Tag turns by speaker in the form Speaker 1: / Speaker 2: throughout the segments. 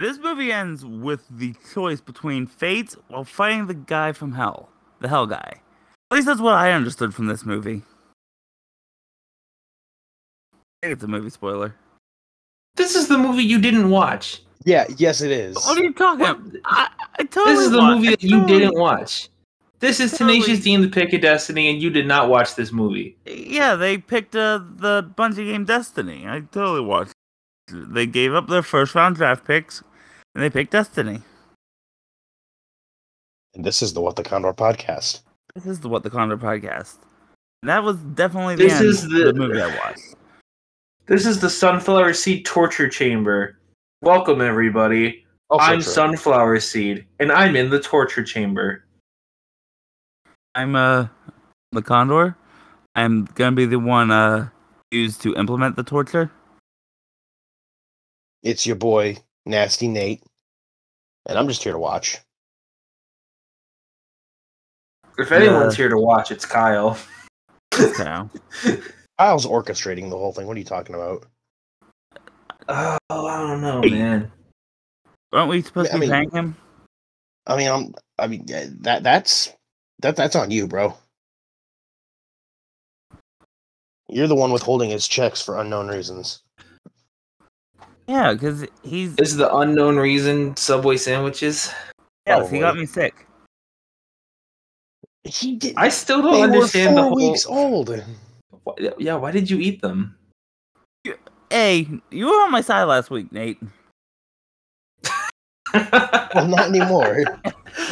Speaker 1: This movie ends with the choice between fate while fighting the guy from hell, the hell guy. At least that's what I understood from this movie. I think It's a movie spoiler.
Speaker 2: This is the movie you didn't watch.
Speaker 3: Yeah, yes, it is.
Speaker 1: What are you talking? about? I, I totally.
Speaker 2: This is the
Speaker 1: wa-
Speaker 2: movie
Speaker 1: I
Speaker 2: that you
Speaker 1: totally-
Speaker 2: didn't watch. This is Tenacious D and the Pick of Destiny, and you did not watch this movie.
Speaker 1: Yeah, they picked uh, the Bungie game Destiny. I totally watched. it. They gave up their first round draft picks, and they picked Destiny.
Speaker 3: And this is the What the Condor podcast.
Speaker 1: This is the What the Condor podcast. And that was definitely the
Speaker 2: This
Speaker 1: end
Speaker 2: is
Speaker 1: of
Speaker 2: the-
Speaker 1: the movie I watched.
Speaker 2: This is the Sunflower Seed Torture Chamber. Welcome, everybody.
Speaker 3: Also
Speaker 2: I'm
Speaker 3: true.
Speaker 2: Sunflower Seed, and I'm in the torture chamber.
Speaker 1: I'm uh, the Condor. I'm gonna be the one uh, used to implement the torture.
Speaker 3: It's your boy, Nasty Nate. And I'm just here to watch.
Speaker 2: If anyone's here to watch, it's Kyle.
Speaker 1: So
Speaker 3: Kyle's orchestrating the whole thing. What are you talking about?
Speaker 2: Oh, I don't know, man.
Speaker 1: aren't we supposed
Speaker 3: I
Speaker 1: to be
Speaker 3: mean-
Speaker 1: paying him?
Speaker 3: I mean, I'm. I mean, yeah, that that's that that's on you, bro. You're the one withholding his checks for unknown reasons.
Speaker 1: Yeah, because he's
Speaker 2: This is the unknown reason Subway sandwiches.
Speaker 1: yes, he got
Speaker 3: probably.
Speaker 1: me sick.
Speaker 3: He did.
Speaker 2: I still don't
Speaker 3: they were
Speaker 2: understand the
Speaker 3: four
Speaker 2: whole.
Speaker 3: weeks old.
Speaker 2: Why- Yeah, why did you eat them?
Speaker 1: Hey, you were on my side last week, Nate.
Speaker 3: Well, not anymore.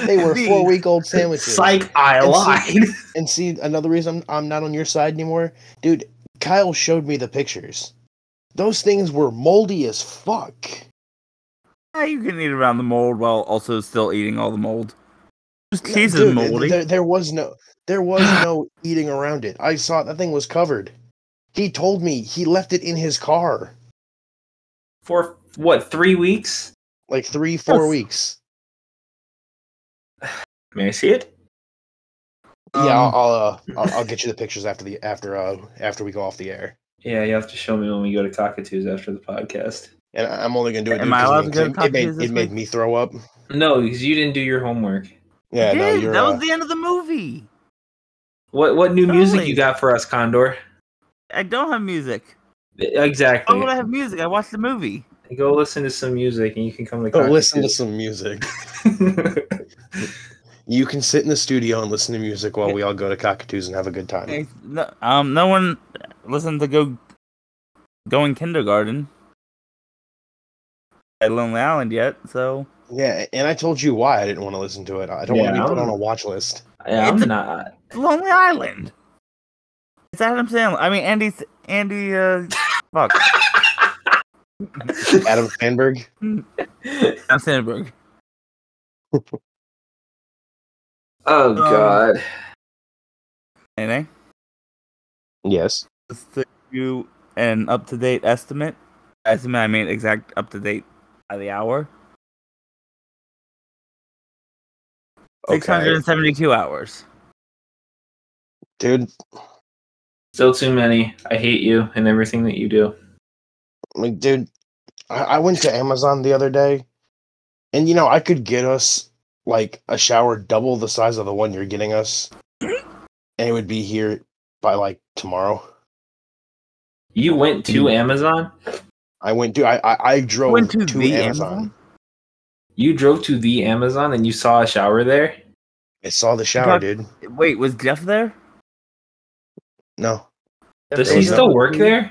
Speaker 3: They were
Speaker 1: Indeed.
Speaker 3: four week old sandwiches.
Speaker 2: Psych, I lied.
Speaker 3: And see, another reason I'm, I'm not on your side anymore, dude. Kyle showed me the pictures. Those things were moldy as fuck.
Speaker 1: Yeah, Ah, you can eat around the mold while also still eating all the mold. Just
Speaker 3: No,
Speaker 1: cheese is
Speaker 3: dude,
Speaker 1: moldy.
Speaker 3: There, there was no, there was no eating around it. I saw it, that thing was covered. He told me he left it in his car
Speaker 2: For what, three weeks?
Speaker 3: like three, four
Speaker 1: Yes.
Speaker 3: weeks.
Speaker 2: May I see it?
Speaker 3: yeah,
Speaker 2: Um,
Speaker 3: I'll I'll, uh, I'll I'll get you the pictures after the after uh after we go off the air.
Speaker 2: Yeah, you have to show me when we go to Cockatoos after the podcast.
Speaker 3: And I- I'm only gonna do it.
Speaker 1: Am
Speaker 3: dude,
Speaker 1: I
Speaker 3: 'cause
Speaker 1: allowed to
Speaker 3: it
Speaker 1: go to
Speaker 3: made- It
Speaker 1: Cockatoos
Speaker 3: made,
Speaker 1: this
Speaker 3: it made
Speaker 1: week?
Speaker 3: me throw up.
Speaker 2: No, because you didn't do your homework.
Speaker 3: Yeah, no,
Speaker 1: Dude,
Speaker 3: you're.
Speaker 1: that
Speaker 3: uh,
Speaker 1: was the end of the movie.
Speaker 2: What what new music
Speaker 1: Totally.
Speaker 2: you got for us, Condor? Eh,
Speaker 1: I don't have music. Why
Speaker 2: Exactly.
Speaker 3: Oh,
Speaker 1: would I have music? I watched the movie.
Speaker 2: Go listen to some music, and you can come to.
Speaker 3: Go uh, listen to
Speaker 2: Cockatoos.
Speaker 3: some music. You can sit in the studio and listen to music while we all go to cockatoos and have a good time.
Speaker 1: Okay, No, um, no one listened to go going kindergarten at Lonely Island yet, so
Speaker 3: Yeah, and I told you why I didn't want to listen to it. I don't want to
Speaker 2: Yeah.
Speaker 3: be put on a watch list.
Speaker 2: yeah, I'm
Speaker 1: It's a-
Speaker 2: not.
Speaker 1: Lonely Island. It's Adam Sandler. I mean, Andy. Andy. Uh, fuck.
Speaker 3: Adam Sandberg.
Speaker 1: Adam Sandberg.
Speaker 3: Um,
Speaker 2: oh God.
Speaker 1: Anything?
Speaker 3: Yes.
Speaker 1: just to do an up to date estimate. Estimate, I mean exact up to date by the hour.
Speaker 3: Okay.
Speaker 1: 672 hours.
Speaker 3: Dude,
Speaker 2: Still too many. I hate you and everything that you do.
Speaker 3: like, dude, I, I went to Amazon the other day, and you know I could get us like a shower double the size of the one you're getting us, and it would be here by like tomorrow.
Speaker 2: You went to Amazon.
Speaker 3: I went to I I, I drove
Speaker 1: Went
Speaker 3: to,
Speaker 1: to the
Speaker 3: Amazon.
Speaker 1: Amazon?
Speaker 2: You drove to the Amazon and you saw a shower there.
Speaker 3: I saw the shower,
Speaker 1: Got-
Speaker 3: dude.
Speaker 1: Wait, was Jeff there?
Speaker 3: No,
Speaker 2: Does
Speaker 3: There
Speaker 2: he
Speaker 3: was
Speaker 2: still
Speaker 3: no-
Speaker 2: work there?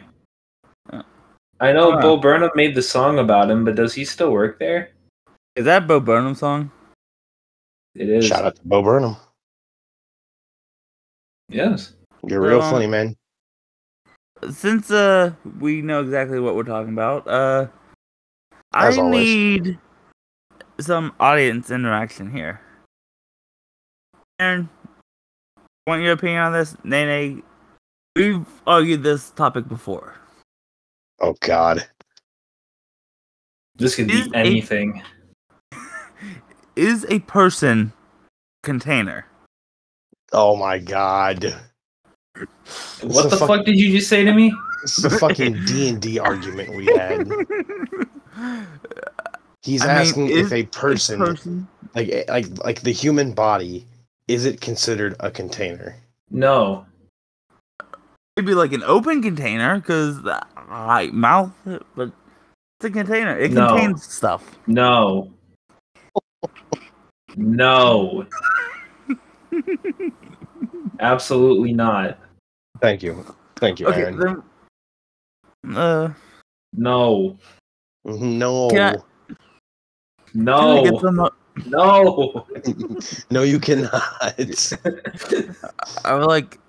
Speaker 2: I know
Speaker 1: Huh.
Speaker 2: Bo Burnham made the song about him, but does he still work there?
Speaker 1: Is that Bo Burnham song?
Speaker 2: It is.
Speaker 3: shout out to Bo Burnham.
Speaker 2: Yes.
Speaker 3: You're real
Speaker 1: Um,
Speaker 3: funny, man.
Speaker 1: Since uh we know exactly what we're talking about, uh
Speaker 3: As
Speaker 1: I
Speaker 3: always.
Speaker 1: need some audience interaction here. Aaron, want your opinion on this? Nene, we've argued this topic before.
Speaker 3: Oh God.
Speaker 2: This could be
Speaker 1: Is it-
Speaker 2: anything.
Speaker 1: is a person container.
Speaker 3: Oh my God.
Speaker 2: What
Speaker 3: It's a
Speaker 2: the
Speaker 3: fuck-
Speaker 2: fuck did you just say to me?
Speaker 3: This is a fucking D and D argument we had. He's
Speaker 1: I mean,
Speaker 3: asking
Speaker 1: is-
Speaker 3: if a person,
Speaker 1: person.
Speaker 3: like eh, like like the human body, is it considered a container?
Speaker 2: No.
Speaker 1: Maybe like an open container because I mouth it, but it's a container. It
Speaker 2: No.
Speaker 1: contains stuff.
Speaker 2: No. No. Absolutely not.
Speaker 3: Thank you, thank you,
Speaker 1: Okay,
Speaker 3: Aaron.
Speaker 1: then. Uh,
Speaker 2: No.
Speaker 3: Mm-hmm. No,
Speaker 1: Can can I get
Speaker 2: No.
Speaker 1: some? uh,
Speaker 2: No.
Speaker 3: no, you cannot.
Speaker 1: I would like,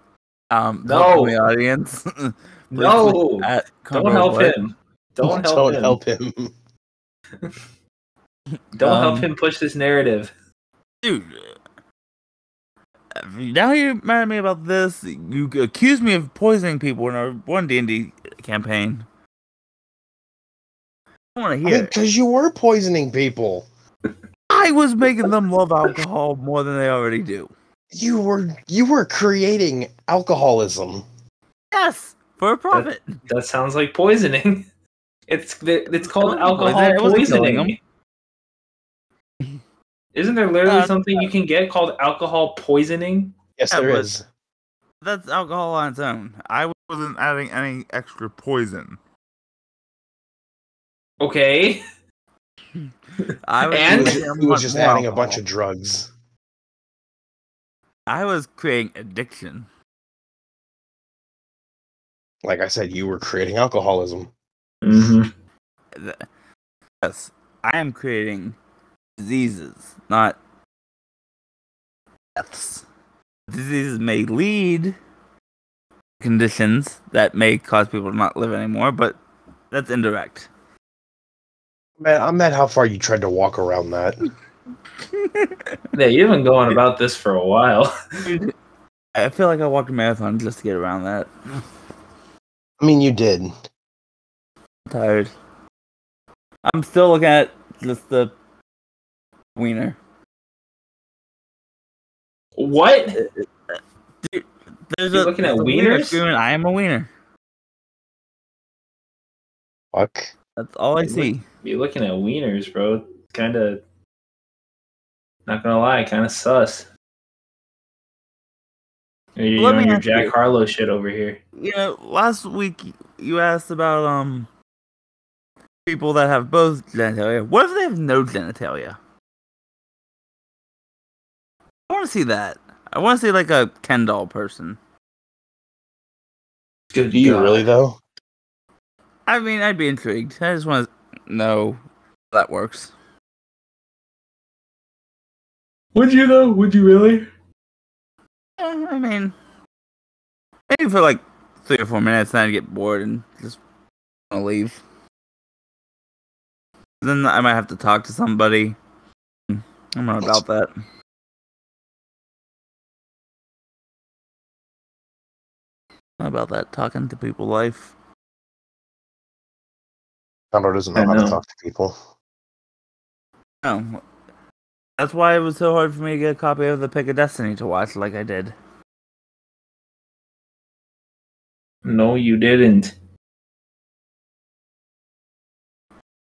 Speaker 1: um,
Speaker 2: No.
Speaker 1: help the audience.
Speaker 2: No.
Speaker 1: At
Speaker 2: Don't
Speaker 1: Conroe
Speaker 2: help
Speaker 1: Wood.
Speaker 2: him. Don't help
Speaker 3: Don't
Speaker 2: him.
Speaker 3: help him.
Speaker 2: Don't help
Speaker 1: Um,
Speaker 2: him push this narrative.
Speaker 1: dude. uh, Now you're mad at me about this. You accused me of poisoning people in our one D and D campaign. I want to hear. it.
Speaker 3: Because you were poisoning people.
Speaker 1: I was making them love alcohol more than they already do.
Speaker 3: You were you were creating alcoholism.
Speaker 1: Yes, for a profit.
Speaker 2: That sounds like poisoning. It's it's called
Speaker 1: It wasn't
Speaker 2: alcohol
Speaker 1: poison, it wasn't killing
Speaker 2: poisoning. Isn't there literally
Speaker 1: Uh,
Speaker 2: something you can get called alcohol poisoning?
Speaker 3: Yes,
Speaker 1: Yeah,
Speaker 3: there
Speaker 1: but-
Speaker 3: is.
Speaker 1: That's alcohol on its own. I wasn't adding any extra poison.
Speaker 2: Okay.
Speaker 1: I was
Speaker 2: And-
Speaker 3: he was,
Speaker 1: giving them
Speaker 3: he was
Speaker 1: much
Speaker 3: just
Speaker 1: more
Speaker 3: adding a bunch
Speaker 1: alcohol.
Speaker 3: of drugs.
Speaker 1: I was creating addiction.
Speaker 3: Like I said, you were creating alcoholism. Mm-hmm.
Speaker 1: Th- Yes, I am creating diseases, not deaths. Diseases may lead to conditions that may cause people to not live anymore, but that's indirect.
Speaker 3: Man, I'm mad how far you tried to walk around that.
Speaker 2: Yeah, you've been going about this for a while.
Speaker 1: I feel like I walked a marathon just to get around that. I'm
Speaker 3: I mean, you did.
Speaker 1: tired. I'm still looking at just the wiener.
Speaker 2: What?
Speaker 1: There's
Speaker 2: You're looking at
Speaker 1: there's
Speaker 2: wieners?
Speaker 1: spoon, and I am a wiener.
Speaker 3: Fuck.
Speaker 1: That's all I
Speaker 2: Wait,
Speaker 1: see.
Speaker 2: You're looking at wieners, bro. Kind of. Not gonna lie, kind of sus. You're
Speaker 1: Let
Speaker 2: on
Speaker 1: me
Speaker 2: your
Speaker 1: ask
Speaker 2: Jack
Speaker 1: you-
Speaker 2: Harlow shit over here.
Speaker 1: you know, last week you asked about um people that have both genitalia. What if they have no genitalia? I want to see that. I want to see like a Ken doll person.
Speaker 2: Good
Speaker 3: Do you
Speaker 2: God.
Speaker 3: really though?
Speaker 1: I mean, I'd be intrigued. I just want to know how that works.
Speaker 2: Would you though? Would you really?
Speaker 1: Eh, I mean, maybe for like three or four minutes, then I'd get bored and just want to leave. Then I might have to talk to somebody. Hmm, I'm not about that. Not about that talking to people life.
Speaker 3: Condor doesn't know
Speaker 2: I
Speaker 3: how to
Speaker 2: know.
Speaker 3: talk to people.
Speaker 1: No. Oh, That's why it was so hard for me to get a copy of the Pick of Destiny to watch like I did.
Speaker 2: No, you didn't.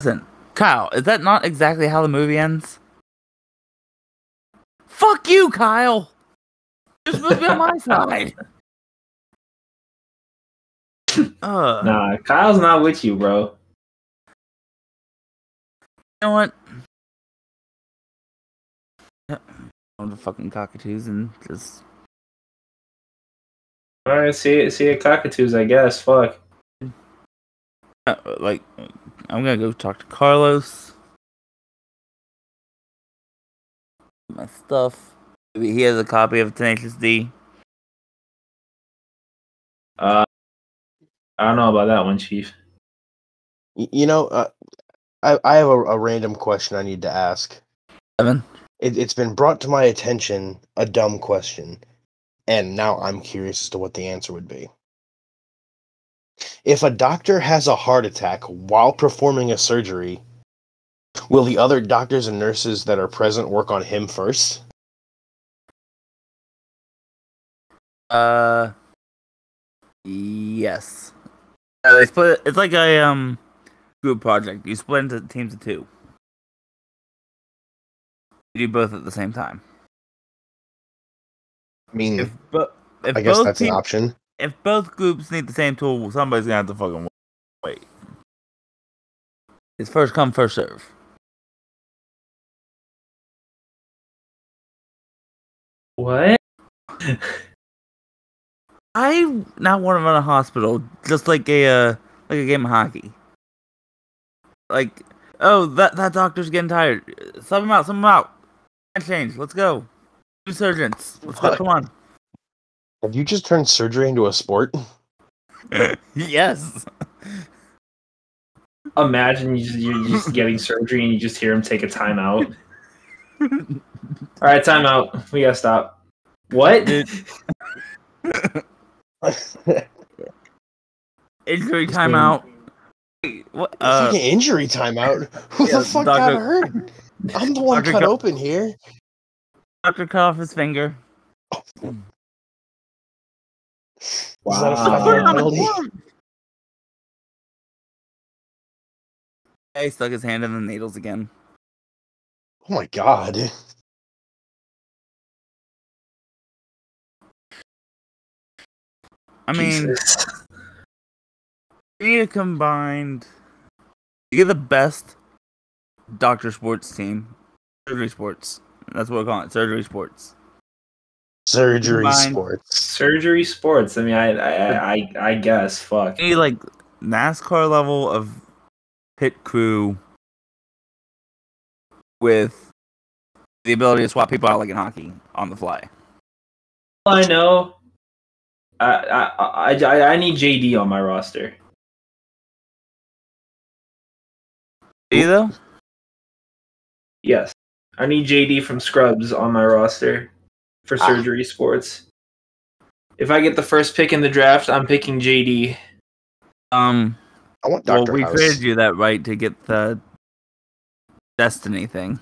Speaker 1: Listen, Kyle, is that not exactly how the movie ends? Fuck you, Kyle! You're supposed to be on my side. Uh,
Speaker 2: Nah, Kyle's not with you, bro.
Speaker 1: You know what? Yep. On the fucking cockatoos and just
Speaker 2: All right, see see you at cockatoos, I guess. Fuck.
Speaker 1: uh, like I'm gonna go talk to Carlos. My stuff. Maybe he has a copy of Tenacious D.
Speaker 2: Uh, I don't know about that one, Chief.
Speaker 3: Y- you know, uh, I I have a, a random question I need to ask.
Speaker 1: Seven.
Speaker 3: It, it's been brought to my attention a dumb question, and now I'm curious as to what the answer would be. If a doctor has a heart attack while performing a surgery, will the other doctors and nurses that are present work on him first?
Speaker 1: Uh, yes. Uh, they split. It's like a um group project. You split into teams of two. do both at the same time.
Speaker 3: I mean,
Speaker 1: If, but if
Speaker 3: Hmm. I guess
Speaker 1: both
Speaker 3: that's an
Speaker 1: peop-
Speaker 3: option.
Speaker 1: if both groups need the same tool, somebody's gonna have to fucking wait. It's first come, first serve.
Speaker 2: What?
Speaker 1: I now want to run a hospital, just like a uh, like a game of hockey. Like, oh, that that doctor's getting tired. Sub him out. Sub him out. Time change. Let's go. Two surgeons. Let's go. Come on.
Speaker 3: Have you just turned surgery into a sport?
Speaker 1: yes.
Speaker 2: Imagine you just, you're just getting surgery and you just hear him take a timeout. All right, timeout. We gotta stop. What?
Speaker 1: Dude. Uh,
Speaker 3: It's
Speaker 1: Injury
Speaker 3: It's
Speaker 1: timeout. Wait, What? Uh,
Speaker 3: like an injury timeout. Who
Speaker 1: yeah,
Speaker 3: the fuck
Speaker 1: Dr.
Speaker 3: got hurt? I'm the one
Speaker 1: Dr.
Speaker 3: cut
Speaker 1: Gu-
Speaker 3: open here.
Speaker 1: doctor cut off his finger.
Speaker 3: Is that a
Speaker 2: Wow.
Speaker 3: five
Speaker 1: Put it on the
Speaker 3: yard penalty?
Speaker 1: board. Yeah, He stuck his hand in the needles again.
Speaker 3: Oh my god.
Speaker 1: I mean,
Speaker 2: Jesus.
Speaker 1: You need a combined. You get the best doctor sports team, surgery sports. That's what we're calling it, surgery sports.
Speaker 3: Surgery
Speaker 1: Combined.
Speaker 3: sports.
Speaker 2: surgery sports. I mean, I, I, I, I guess. Fuck.
Speaker 1: You need like NASCAR level of pit crew with the ability to swap people out like in hockey on the fly.
Speaker 2: All I know. I, I, I, I- I need JD on my roster.
Speaker 1: Do you though?
Speaker 2: Yes, I need JD from Scrubs on my roster for
Speaker 3: Ah.
Speaker 2: surgery sports. If I get the first pick in the draft, I'm picking JD.
Speaker 1: Um,
Speaker 3: I want
Speaker 1: well,
Speaker 3: Dr.
Speaker 1: we
Speaker 3: House.
Speaker 1: traded you that right to get the destiny thing.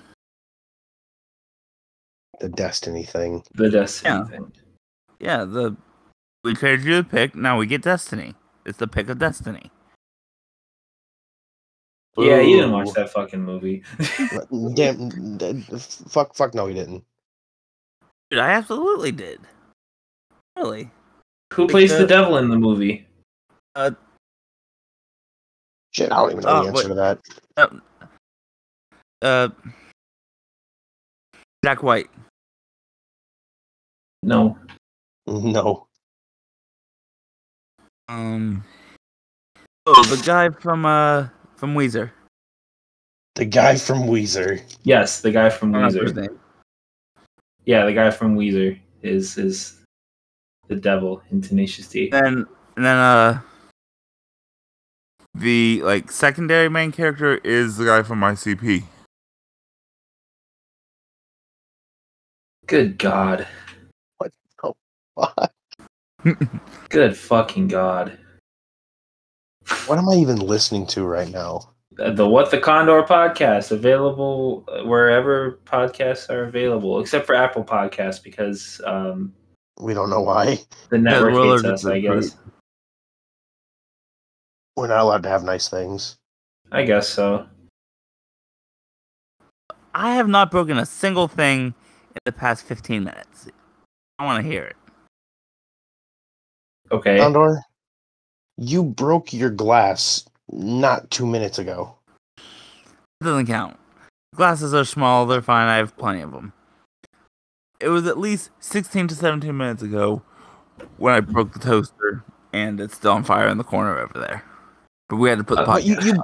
Speaker 3: The Destiny thing.
Speaker 2: The destiny
Speaker 1: Yeah.
Speaker 2: thing.
Speaker 1: Yeah, the we traded you the pick. Now we get destiny. It's the pick of destiny.
Speaker 2: Yeah, you didn't
Speaker 3: Ooh.
Speaker 2: watch that fucking movie.
Speaker 3: Damn. d- d- Fuck, fuck, no, he didn't.
Speaker 1: Dude, I absolutely did. Really?
Speaker 2: Who plays
Speaker 1: uh,
Speaker 2: the devil in the movie?
Speaker 3: Shit, I don't even know
Speaker 1: Oh,
Speaker 3: the answer
Speaker 1: wait.
Speaker 3: to that.
Speaker 1: Uh, Jack White.
Speaker 2: No.
Speaker 3: No.
Speaker 1: Um. Oh, the guy from uh from Weezer.
Speaker 3: The guy from Weezer.
Speaker 2: Yes, the guy from
Speaker 1: I don't remember his
Speaker 2: Weezer.
Speaker 1: name.
Speaker 2: Yeah, the guy from Weezer is is the devil in Tenacious D.
Speaker 1: Then and then uh. The like secondary main character is the guy from ICP.
Speaker 2: Good God.
Speaker 3: what
Speaker 2: Good fucking God.
Speaker 3: am I even listening to right now?
Speaker 2: the What the Condor podcast available uh, wherever podcasts are available, except for Apple Podcasts because um,
Speaker 3: We don't know why.
Speaker 2: the network
Speaker 1: Willard
Speaker 2: hates us.
Speaker 1: is
Speaker 2: I
Speaker 1: great.
Speaker 2: guess.
Speaker 3: We're not allowed to have nice things.
Speaker 2: I guess so.
Speaker 1: I have not broken a single thing in the past fifteen minutes. I want to hear it.
Speaker 2: Okay.
Speaker 3: Condor, you broke your glass not two minutes ago.
Speaker 1: It doesn't count. Glasses are small, they're fine, I have plenty of them. It was at least 16 to 17 minutes ago when I broke the toaster, and it's still on fire in the corner over there. But we had to put the
Speaker 2: Uh,
Speaker 1: pot.
Speaker 3: But you,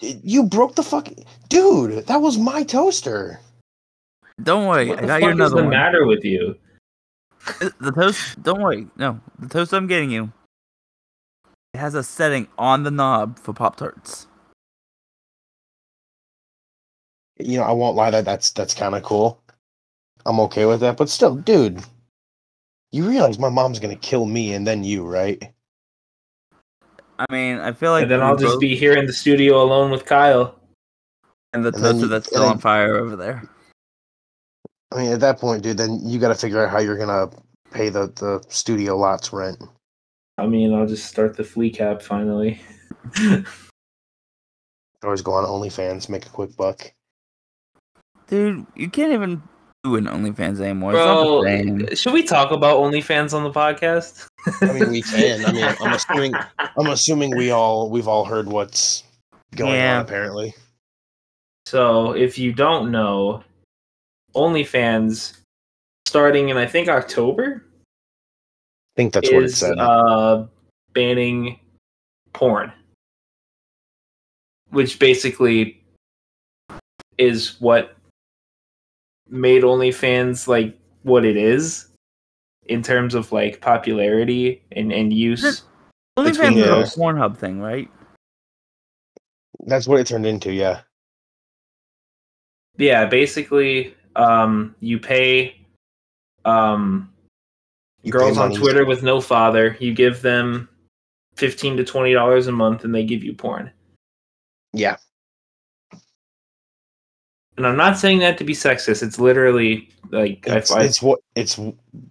Speaker 3: you, you broke the fuck, dude. That was my toaster.
Speaker 1: Don't worry,
Speaker 2: what
Speaker 1: I
Speaker 2: the
Speaker 1: got you
Speaker 2: fuck is
Speaker 1: another
Speaker 2: the
Speaker 1: one. Uh,
Speaker 2: matter with you?
Speaker 1: the toast, don't worry, no, the toast I'm getting you. It has a setting on the knob for Pop Tarts.
Speaker 3: You know, I won't lie. That that's that's kind of cool. I'm okay with that. But still, dude, you realize my mom's gonna kill me and then you, right?
Speaker 1: I mean, I feel like
Speaker 2: and then
Speaker 1: we
Speaker 2: I'll just
Speaker 1: both-
Speaker 2: be here in the studio alone with Kyle.
Speaker 1: and the
Speaker 3: and then
Speaker 1: toaster
Speaker 3: you-
Speaker 1: that's
Speaker 3: and
Speaker 1: still
Speaker 3: then-
Speaker 1: on fire over there.
Speaker 3: I mean, at that point, dude, then you got to figure out how you're gonna pay the the studio lot's rent.
Speaker 2: I mean, I'll just start the flea cap finally.
Speaker 3: Always go on OnlyFans, make a quick buck.
Speaker 1: Dude, you can't even do an OnlyFans anymore.
Speaker 2: Bro,
Speaker 1: it's not the same.
Speaker 2: should we talk about OnlyFans on the podcast?
Speaker 3: I mean, we can. I mean, I'm assuming. I'm assuming we all we've all heard what's going
Speaker 1: Yeah.
Speaker 3: on. Apparently,
Speaker 2: So, if you don't know, OnlyFans, starting in I think October,
Speaker 3: I think that's
Speaker 2: is
Speaker 3: what it said.
Speaker 2: uh, banning porn, which basically is what made OnlyFans like what it is in terms of like popularity and and use.
Speaker 1: OnlyFans
Speaker 3: between
Speaker 1: is
Speaker 3: those.
Speaker 1: a Pornhub thing, right?
Speaker 3: that's what it turned into. Yeah.
Speaker 2: yeah basically um you pay um
Speaker 3: You
Speaker 2: girls
Speaker 3: pay
Speaker 2: on
Speaker 3: money.
Speaker 2: twitter with no father you give them 15 to 20 dollars a month and they give you porn
Speaker 3: Yeah.
Speaker 2: and i'm not saying that to be sexist it's literally like I-
Speaker 3: It's,
Speaker 2: I-
Speaker 3: it's what it's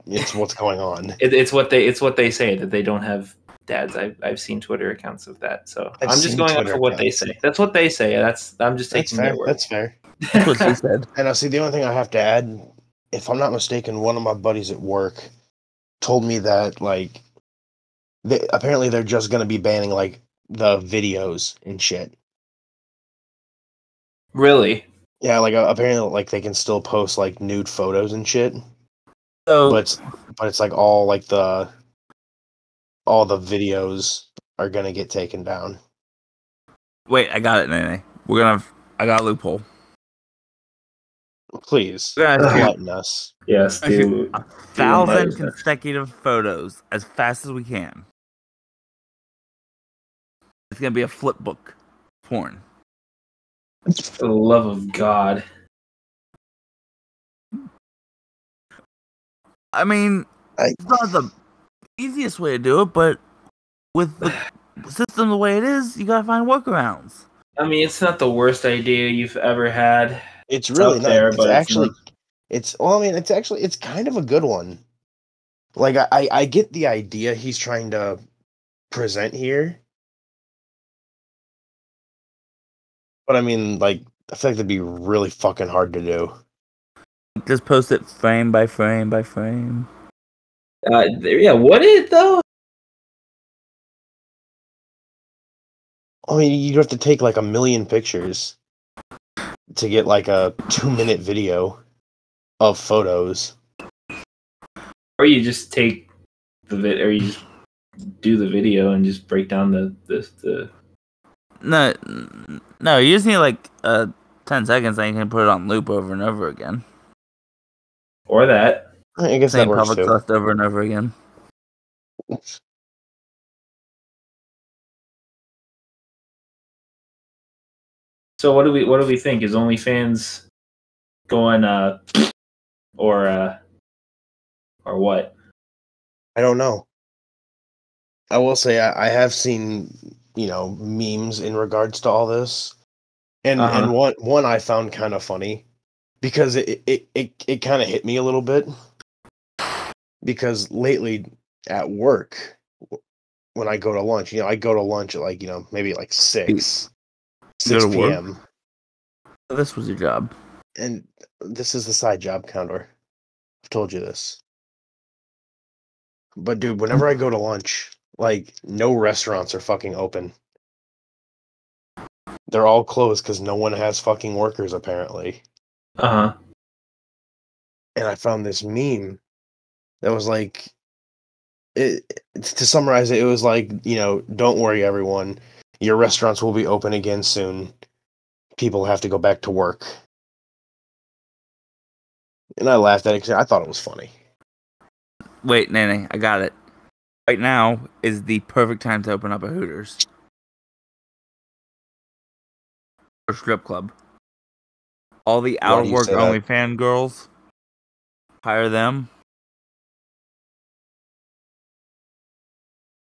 Speaker 3: it's what's going on.
Speaker 2: it, it's what they it's what they say that they don't have dads i've, I've seen twitter accounts of that so i
Speaker 3: I've
Speaker 2: am just
Speaker 3: seen
Speaker 2: going off
Speaker 3: Twitter
Speaker 2: of what they
Speaker 3: accounts.
Speaker 2: say that's what they say that's i'm just
Speaker 3: That's
Speaker 2: taking
Speaker 3: fair.
Speaker 2: their word
Speaker 3: That's fair.
Speaker 1: That's what she said.
Speaker 3: And I see the only thing I have to add, if I'm not mistaken, one of my buddies at work told me that like they, apparently they're just gonna be banning like the videos and shit.
Speaker 2: really
Speaker 3: Yeah, like uh, apparently like they can still post like nude photos and shit,
Speaker 1: So
Speaker 3: but it's- but it's like all like the all the videos are gonna get taken down.
Speaker 1: wait, I got it, Nene. We're gonna. I got a loophole.
Speaker 3: Please
Speaker 1: We're gonna shoot
Speaker 3: enlighten us.
Speaker 2: yes
Speaker 1: I should-
Speaker 2: dude
Speaker 1: a thousand
Speaker 2: Mother's Day.
Speaker 1: consecutive photos as fast as we can. It's gonna be a flip book, porn.
Speaker 2: for the love of god
Speaker 1: I mean,
Speaker 3: I-
Speaker 1: it's not the easiest way to do it, but with the system the way it is, you gotta find workarounds.
Speaker 2: I mean, it's not the worst idea you've ever had.
Speaker 3: It's really
Speaker 2: up
Speaker 3: not.
Speaker 2: there,
Speaker 3: it's
Speaker 2: but it's
Speaker 3: actually,
Speaker 2: not-
Speaker 3: it's, well, I mean, it's actually, it's kind of a good one. Like, I, I, I get the idea he's trying to present here. But I mean, like, I feel like that'd be really fucking hard to do.
Speaker 1: Just post it frame by frame by frame.
Speaker 2: Uh, there- yeah, what it though?
Speaker 3: I mean, you'd have to take like a million pictures to get like a two minute video of photos.
Speaker 2: Or you just take the vid, or you just do the video and just break down the the. the...
Speaker 1: No, n- no, you just need like uh, ten seconds, and you can put it on loop over and over again.
Speaker 2: Or that.
Speaker 3: I guess that
Speaker 1: Same
Speaker 3: works
Speaker 1: public
Speaker 3: too.
Speaker 1: trust over and over again.
Speaker 2: So what do we what do we think? Is OnlyFans going uh or uh or what?
Speaker 3: I don't know. I will say I, I have seen you know memes in regards to all this, and
Speaker 2: Uh-huh.
Speaker 3: and one one I found kind of funny because it it it, it kind of hit me a little bit because lately at work w- when I go to lunch, you know, I go to lunch at like you know maybe like six
Speaker 1: You
Speaker 3: six
Speaker 1: go to work?
Speaker 3: p.m.
Speaker 1: This was your job.
Speaker 3: and this is the side job counter. I've told you this. But dude, whenever I go to lunch, like no restaurants are fucking open. They're all closed because no one has fucking workers apparently.
Speaker 2: Uh huh.
Speaker 3: And I found this meme that was like, it, to summarize it, it was like, you know, don't worry, everyone. Your restaurants will be open again soon. People have to go back to work. And I laughed at it because I thought it was funny.
Speaker 1: Wait, Nene, I got it. Right now is the perfect time to open up a Hooters or strip club. All the
Speaker 3: Why do
Speaker 1: out of
Speaker 3: you
Speaker 1: work
Speaker 3: say that?
Speaker 1: only fan girls, hire them.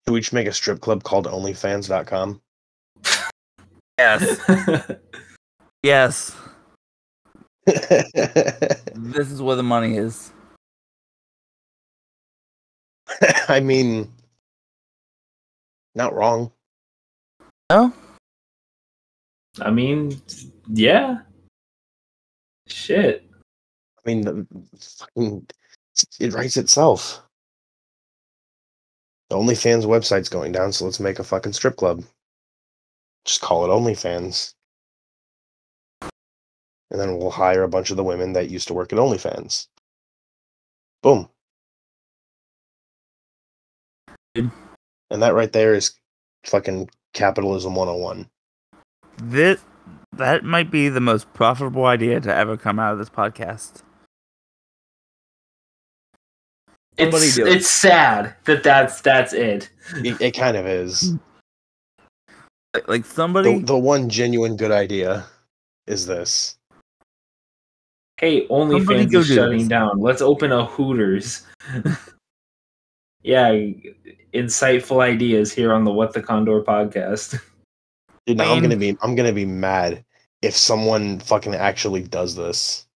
Speaker 3: Should we just make a strip club called OnlyFans.com?
Speaker 1: Yes, yes.
Speaker 3: I
Speaker 1: This is where the money is.
Speaker 3: mean, not wrong.
Speaker 1: Oh,
Speaker 2: I mean, yeah. Shit.
Speaker 3: I mean, the, fucking, it writes itself. The OnlyFans website's going down, so let's make a fucking strip club. Just call it OnlyFans. And then we'll hire a bunch of the women that used to work at OnlyFans. Boom.
Speaker 1: Good.
Speaker 3: And that right there is fucking capitalism 101.
Speaker 1: This, that might be the most profitable idea to ever come out of this podcast. Somebody
Speaker 2: It's,
Speaker 1: do it.
Speaker 2: it's sad that that's that's it.
Speaker 3: It, it kind of is.
Speaker 1: Like, like
Speaker 3: The,
Speaker 1: somebody,
Speaker 3: the one genuine good idea is this.
Speaker 2: Hey,
Speaker 1: Somebody
Speaker 2: OnlyFans
Speaker 1: go
Speaker 2: is
Speaker 1: do
Speaker 2: shutting
Speaker 1: this.
Speaker 2: down. Let's open a Hooters. yeah, insightful ideas here on the What the Condor podcast.
Speaker 3: Dude, now I'm
Speaker 1: Lame.
Speaker 3: gonna be I'm gonna be mad if someone fucking actually does this.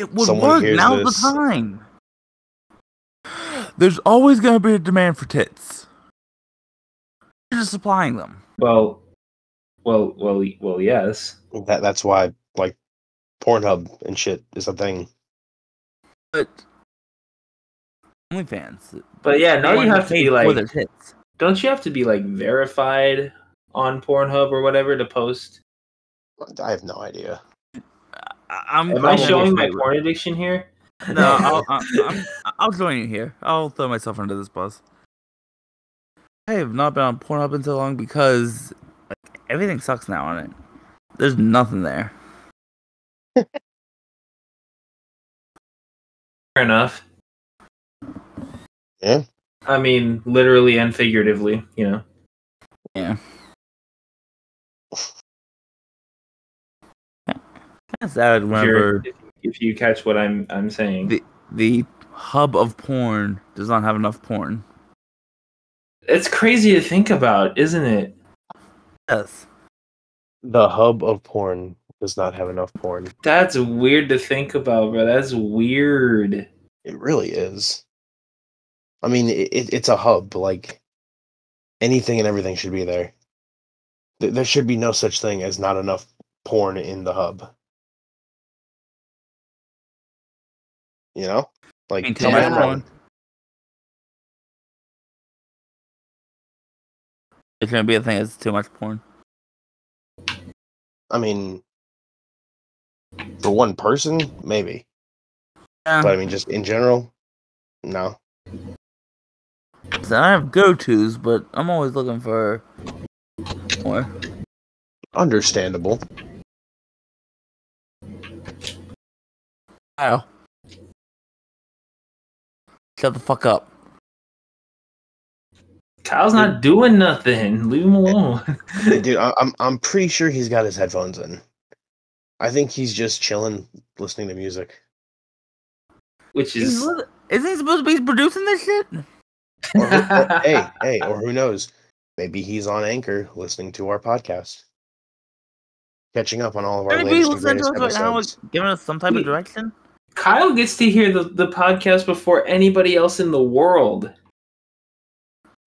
Speaker 1: it would
Speaker 3: someone
Speaker 1: work.
Speaker 3: hears
Speaker 1: Now's
Speaker 3: this.
Speaker 1: the time. There's always going to be a demand for tits. You're just supplying them.
Speaker 2: Well, well, well, well. Yes.
Speaker 3: That that's why like Pornhub and shit is a thing.
Speaker 1: But OnlyFans.
Speaker 2: But yeah, now you have to be
Speaker 1: For their
Speaker 2: like,
Speaker 1: tits.
Speaker 2: don't you have to be like verified on Pornhub or whatever to post?
Speaker 3: I have no idea.
Speaker 1: I- I'm
Speaker 2: Am I
Speaker 1: probably-
Speaker 2: showing my porn addiction here? oh,
Speaker 1: No, I'll, I'll, I'm, I'll join you here. I'll throw myself under this bus. I have not been on Pornhub in so long because like, everything sucks now on it. There's nothing there.
Speaker 2: Fair enough.
Speaker 3: Yeah.
Speaker 2: I mean, literally and figuratively, you know.
Speaker 1: Kind of sad
Speaker 2: If, you're-
Speaker 1: whenever
Speaker 2: if, if you catch what I'm I'm saying,
Speaker 1: The- the hub of porn does not have enough porn.
Speaker 2: it's crazy to think about, isn't it?
Speaker 1: Yes.
Speaker 3: The hub of porn does not have enough porn.
Speaker 2: That's weird to think about, bro. That's weird.
Speaker 3: It really is. I mean, it, it, it's a hub. Like anything and everything should be there. Th- There should be no such thing as not enough porn in the hub. You know, like
Speaker 1: mean,
Speaker 3: tell me
Speaker 2: yeah.
Speaker 3: I'm wrong.
Speaker 1: It's gonna be a thing. It's too much porn.
Speaker 3: I mean, for one person, maybe,
Speaker 1: Yeah.
Speaker 3: but I mean, just in general, no.
Speaker 1: So I have go tos, but I'm always looking for more.
Speaker 3: Understandable.
Speaker 1: Wow. Shut the fuck up.
Speaker 2: Kyle's not doing nothing. Leave him alone.
Speaker 3: Dude, I, I'm I'm pretty sure he's got his headphones in. I think he's just chilling, listening to music.
Speaker 2: Which
Speaker 1: He's
Speaker 2: is
Speaker 1: li- Isn't he supposed to be producing this shit?
Speaker 3: Or who- or- hey, hey, or who knows? Maybe he's on Anchor listening to our podcast, catching up on all of our
Speaker 1: Should he be
Speaker 3: latest and
Speaker 1: listening to
Speaker 3: greatest
Speaker 1: us right now, like,
Speaker 3: episodes.
Speaker 1: giving us some type of
Speaker 2: Wait.
Speaker 1: direction?
Speaker 2: Kyle gets to hear the, the podcast before anybody else in the world.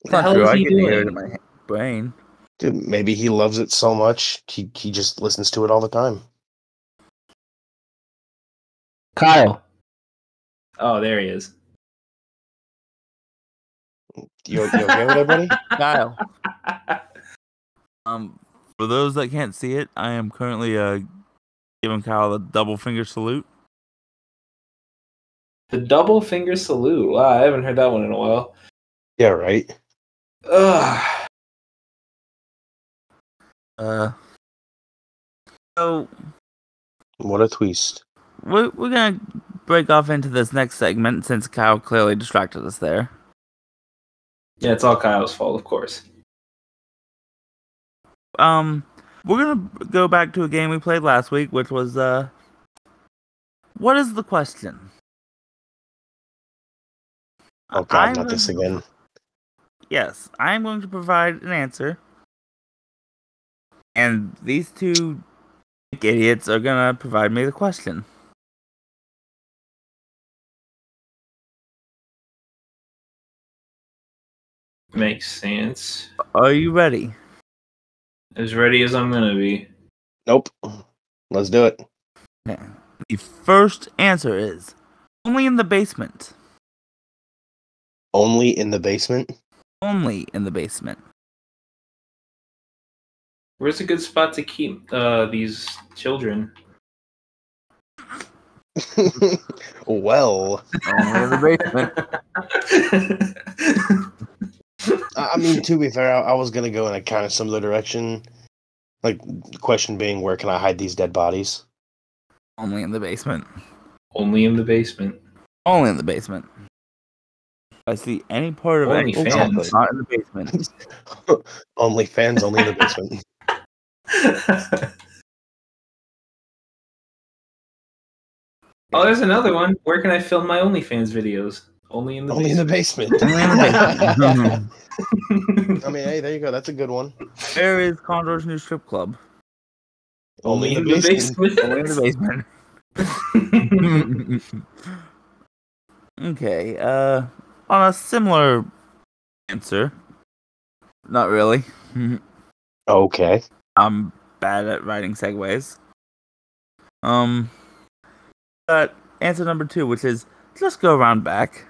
Speaker 1: It's
Speaker 2: The
Speaker 1: not
Speaker 2: hell
Speaker 1: true.
Speaker 2: is
Speaker 1: I
Speaker 2: he
Speaker 1: can hear it in
Speaker 2: doing?
Speaker 1: my brain.
Speaker 3: Dude, maybe he loves it so much he he just listens to it all the time.
Speaker 2: Kyle. Oh, there he is.
Speaker 3: You, you okay with that, buddy?
Speaker 1: Kyle. Um, for those that can't see it, I am currently uh giving Kyle a double finger salute.
Speaker 2: The double finger salute. Wow, I haven't heard that one in a while.
Speaker 3: Yeah, right.
Speaker 2: Ugh.
Speaker 1: Uh, so
Speaker 3: What a twist.
Speaker 1: we're we're gonna break off into this next segment since Kyle clearly distracted us there.
Speaker 2: Yeah, it's all Kyle's fault, of course.
Speaker 1: Um, we're gonna go back to a game we played last week, which was uh, what is the question?
Speaker 3: Oh God,
Speaker 1: I'm
Speaker 3: not this
Speaker 1: gonna-
Speaker 3: again.
Speaker 1: Yes, I am going to provide an answer. And these two idiots are going to provide me the question.
Speaker 2: Makes sense.
Speaker 1: Are you ready?
Speaker 2: As ready as I'm gonna be.
Speaker 3: Nope. Let's do it.
Speaker 1: Okay. The first answer is only in the basement.
Speaker 3: Only in the basement.
Speaker 1: Only in the basement.
Speaker 2: Where's a good spot to keep uh, these children?
Speaker 3: well,
Speaker 1: Only in the basement.
Speaker 3: I I mean, to be fair, I, I was gonna go in a kind of similar direction. Like, the question being, where can I hide these dead bodies?
Speaker 1: Only in the basement.
Speaker 2: Only in the basement.
Speaker 1: Only in the basement. I see any part of any
Speaker 2: Only fans.
Speaker 1: not in the basement.
Speaker 3: only fans, only in the basement.
Speaker 2: oh, there's another one. Where can I film my OnlyFans videos? Only in the
Speaker 3: only in the basement.
Speaker 1: Only in the basement.
Speaker 2: basement.
Speaker 3: I mean, hey, there you go. That's a good one.
Speaker 1: There is Condor's new strip club.
Speaker 3: Only, in the
Speaker 2: in the
Speaker 3: basement.
Speaker 1: Only in the basement.
Speaker 2: basement.
Speaker 1: okay. Uh, on a similar answer. Not really.
Speaker 3: Okay.
Speaker 1: I'm bad at writing segues. Um, but answer number two, which is let's go around back.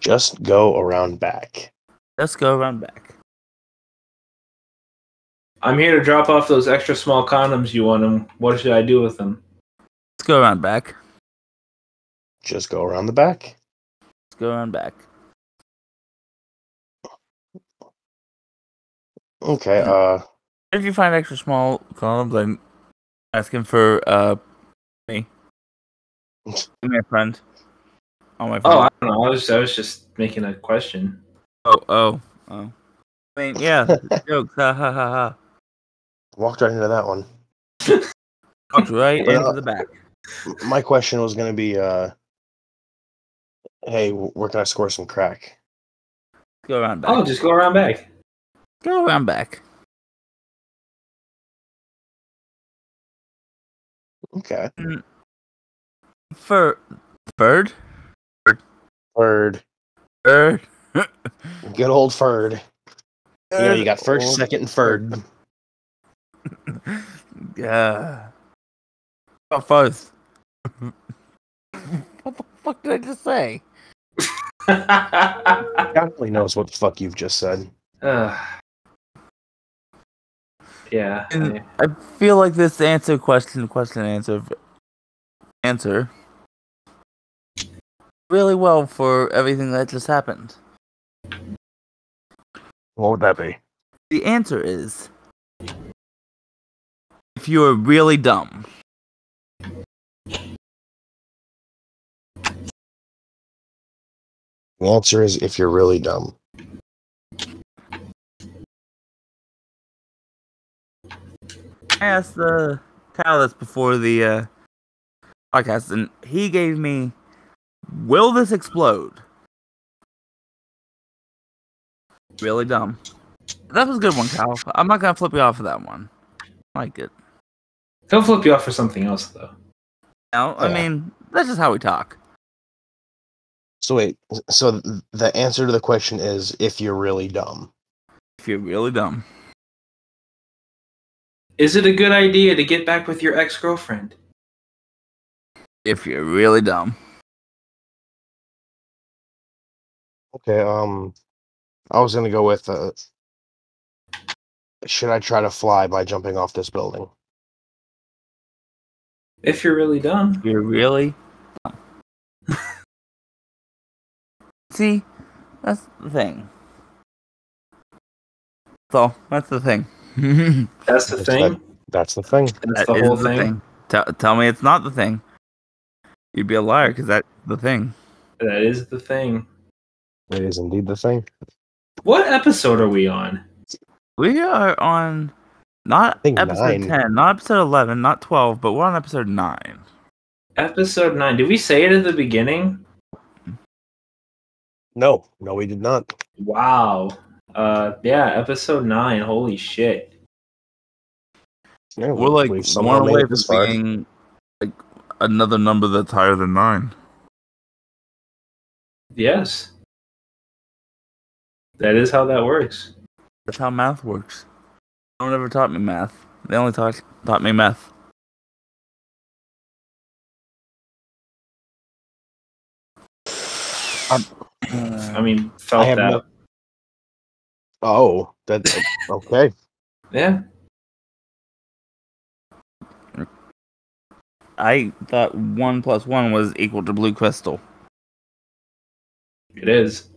Speaker 3: Just go around back.
Speaker 1: Let's go around back.
Speaker 2: I'm here to drop off those extra small condoms you want them. What should I do with them?
Speaker 1: Let's go around back.
Speaker 3: Just go around the back.
Speaker 1: Let's go around back.
Speaker 3: Okay. Uh,
Speaker 1: If you find extra small columns, I'm asking for uh me. I'm your friend. Oh my
Speaker 2: Oh,
Speaker 1: friend.
Speaker 2: I don't know. I was I was just making a question.
Speaker 1: Oh oh oh. I mean yeah, jokes. Ha ha ha ha.
Speaker 3: walked right into that one.
Speaker 1: Walked right
Speaker 3: Well-
Speaker 1: into the back.
Speaker 3: My question was gonna be, uh, hey, wh- where can I score some crack?
Speaker 1: Go around back.
Speaker 2: Oh, just go around back.
Speaker 1: go around back.
Speaker 3: Okay.
Speaker 1: For bird.
Speaker 3: Third.
Speaker 1: Bird.
Speaker 3: Good old third. You know, you got first,
Speaker 1: Old-
Speaker 3: second, and third.
Speaker 1: Yeah. Oh, first. what the fuck did I just say?
Speaker 2: Ugh.
Speaker 3: God only knows what the fuck you've just said.
Speaker 2: yeah.
Speaker 1: And- I feel like this answer question question answer answer really well for everything that just happened.
Speaker 3: What would that be?
Speaker 1: The answer is if you are really dumb.
Speaker 3: The answer is if you're really dumb.
Speaker 1: I asked the Kyle this before the uh, podcast, and he gave me, "Will this explode?" Really dumb. That was a good one, Kyle. I'm not gonna flip you off for that one. Like it.
Speaker 2: Don't flip you off for something else though.
Speaker 1: No, I
Speaker 3: Yeah.
Speaker 1: mean that's just how we talk.
Speaker 3: So wait, so th- the answer to the question is if you're really dumb.
Speaker 1: If you're really dumb,
Speaker 2: Is it a good idea to get back with your ex girlfriend?
Speaker 1: if you're really dumb,
Speaker 3: Okay, um I was going to go with uh should I try to fly by jumping off this building?
Speaker 2: If you're really dumb.
Speaker 1: if you're really. dumb. See, that's the thing. That's all. That's the thing.
Speaker 2: That's the
Speaker 3: That's
Speaker 2: thing.
Speaker 3: That's the thing.
Speaker 1: That
Speaker 2: That's the
Speaker 1: is
Speaker 2: whole thing.
Speaker 1: Tell, tell me it's not the thing. You'd be a liar because that's the thing.
Speaker 2: That is the thing.
Speaker 3: It is indeed the thing.
Speaker 2: What episode are we on?
Speaker 1: We are on not
Speaker 3: think
Speaker 1: episode
Speaker 3: nine.
Speaker 1: 10, not episode 11, not 12, but we're on episode 9.
Speaker 2: Episode nine. Did we say it at the beginning?
Speaker 3: No, no we did not.
Speaker 2: Wow. Uh yeah, episode nine. Holy shit.
Speaker 3: Yeah,
Speaker 1: We're like
Speaker 3: we've somehow
Speaker 1: one
Speaker 3: made
Speaker 1: away
Speaker 3: it
Speaker 1: from
Speaker 3: this far.
Speaker 1: seeing like, another number that's higher than 9.
Speaker 2: Yes. That is how that works.
Speaker 1: That's how math works. No one ever taught me math. They only taught taught me meth. Um, uh,
Speaker 2: I mean, felt
Speaker 3: I have
Speaker 2: that.
Speaker 3: no- Oh, that's okay.
Speaker 2: yeah.
Speaker 1: I thought one plus one was equal to blue crystal.
Speaker 2: It is.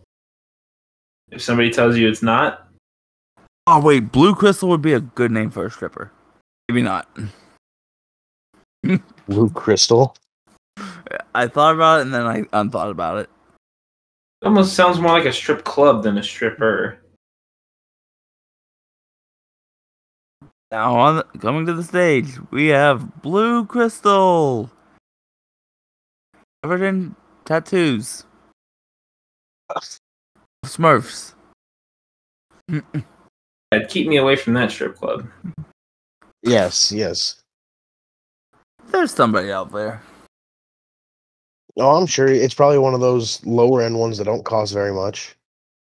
Speaker 2: If somebody tells you it's not,
Speaker 1: Oh wait, blue crystal would be a good name for a stripper. Maybe not.
Speaker 3: Blue crystal.
Speaker 1: I thought about it and then I unthought about it.
Speaker 2: it almost sounds more like a strip club than a stripper.
Speaker 1: Now on the, coming to the stage, we have blue crystal. Covered in tattoos. Smurfs.
Speaker 2: Yeah, keep me away from that strip club.
Speaker 3: Yes, yes.
Speaker 1: There's somebody out there.
Speaker 3: Oh, I'm sure it's probably one of those lower end ones that don't cost very much.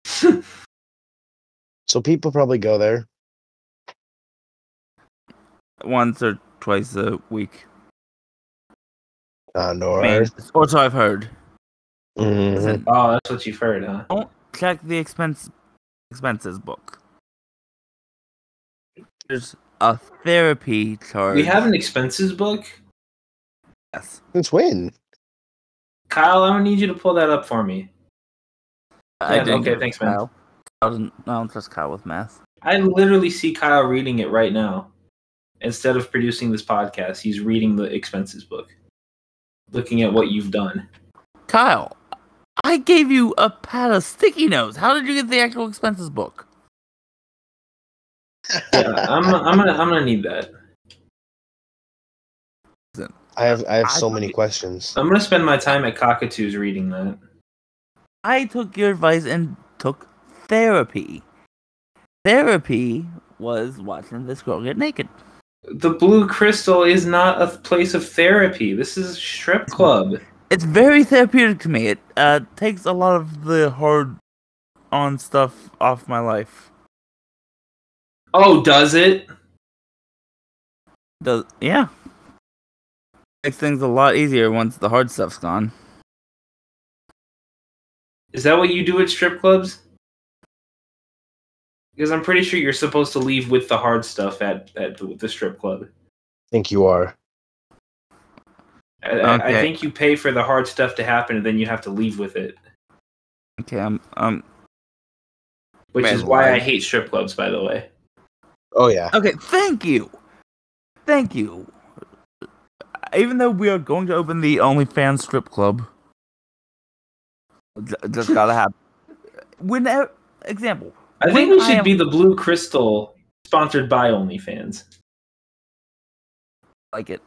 Speaker 3: So people probably go there.
Speaker 1: Once or twice a week.
Speaker 3: Condor.
Speaker 1: Man, or so I've heard.
Speaker 3: Mhm.
Speaker 2: oh, that's what you've heard, huh?
Speaker 1: check the expense expenses book. There's a therapy charge.
Speaker 2: We have an expenses book.
Speaker 1: Yes.
Speaker 3: Since when?
Speaker 2: Kyle, I'm gonna need you to pull that up for me.
Speaker 1: I
Speaker 2: Yeah,
Speaker 1: didn't
Speaker 2: okay,
Speaker 1: get
Speaker 2: thanks, man.
Speaker 1: Kyle. I don't, I don't trust Kyle with math.
Speaker 2: I literally see Kyle reading it right now. Instead of producing this podcast, he's reading the expenses book, looking at what you've done.
Speaker 1: Kyle, I gave you a pad of sticky notes. How did you get the actual expenses book?
Speaker 2: Yeah, I'm, I'm gonna I'm gonna need that.
Speaker 3: I have I have
Speaker 1: I
Speaker 3: so
Speaker 1: thought
Speaker 3: many
Speaker 1: it-
Speaker 3: questions.
Speaker 2: I'm gonna spend my time at Cockatoo's reading that.
Speaker 1: I took your advice and took therapy. Therapy was watching this girl get naked.
Speaker 2: The Blue Crystal is not a place of therapy. This is a strip club.
Speaker 1: it's very therapeutic to me. It uh, takes a lot of the hard on stuff off my life.
Speaker 2: Oh, does it?
Speaker 1: Does yeah. Makes things a lot easier once the hard stuff's gone.
Speaker 2: Is that what you do at strip clubs? Because I'm pretty sure you're supposed to leave with the hard stuff at, at the, the strip club.
Speaker 3: think you are.
Speaker 2: I, I I
Speaker 1: Okay.
Speaker 2: think you pay for the hard stuff to happen and then you have to leave with it.
Speaker 1: Okay, I'm um
Speaker 2: Which
Speaker 1: Man,
Speaker 2: is why I
Speaker 1: why?
Speaker 2: hate strip clubs, by the way.
Speaker 3: Oh yeah.
Speaker 1: okay. Thank you, thank you. Even though we are going to open the OnlyFans strip club, J- just gotta happen. Whenever example,
Speaker 2: I think
Speaker 1: When
Speaker 2: we
Speaker 1: I
Speaker 2: should
Speaker 1: am-
Speaker 2: be the Blue Crystal sponsored by OnlyFans.
Speaker 1: like it.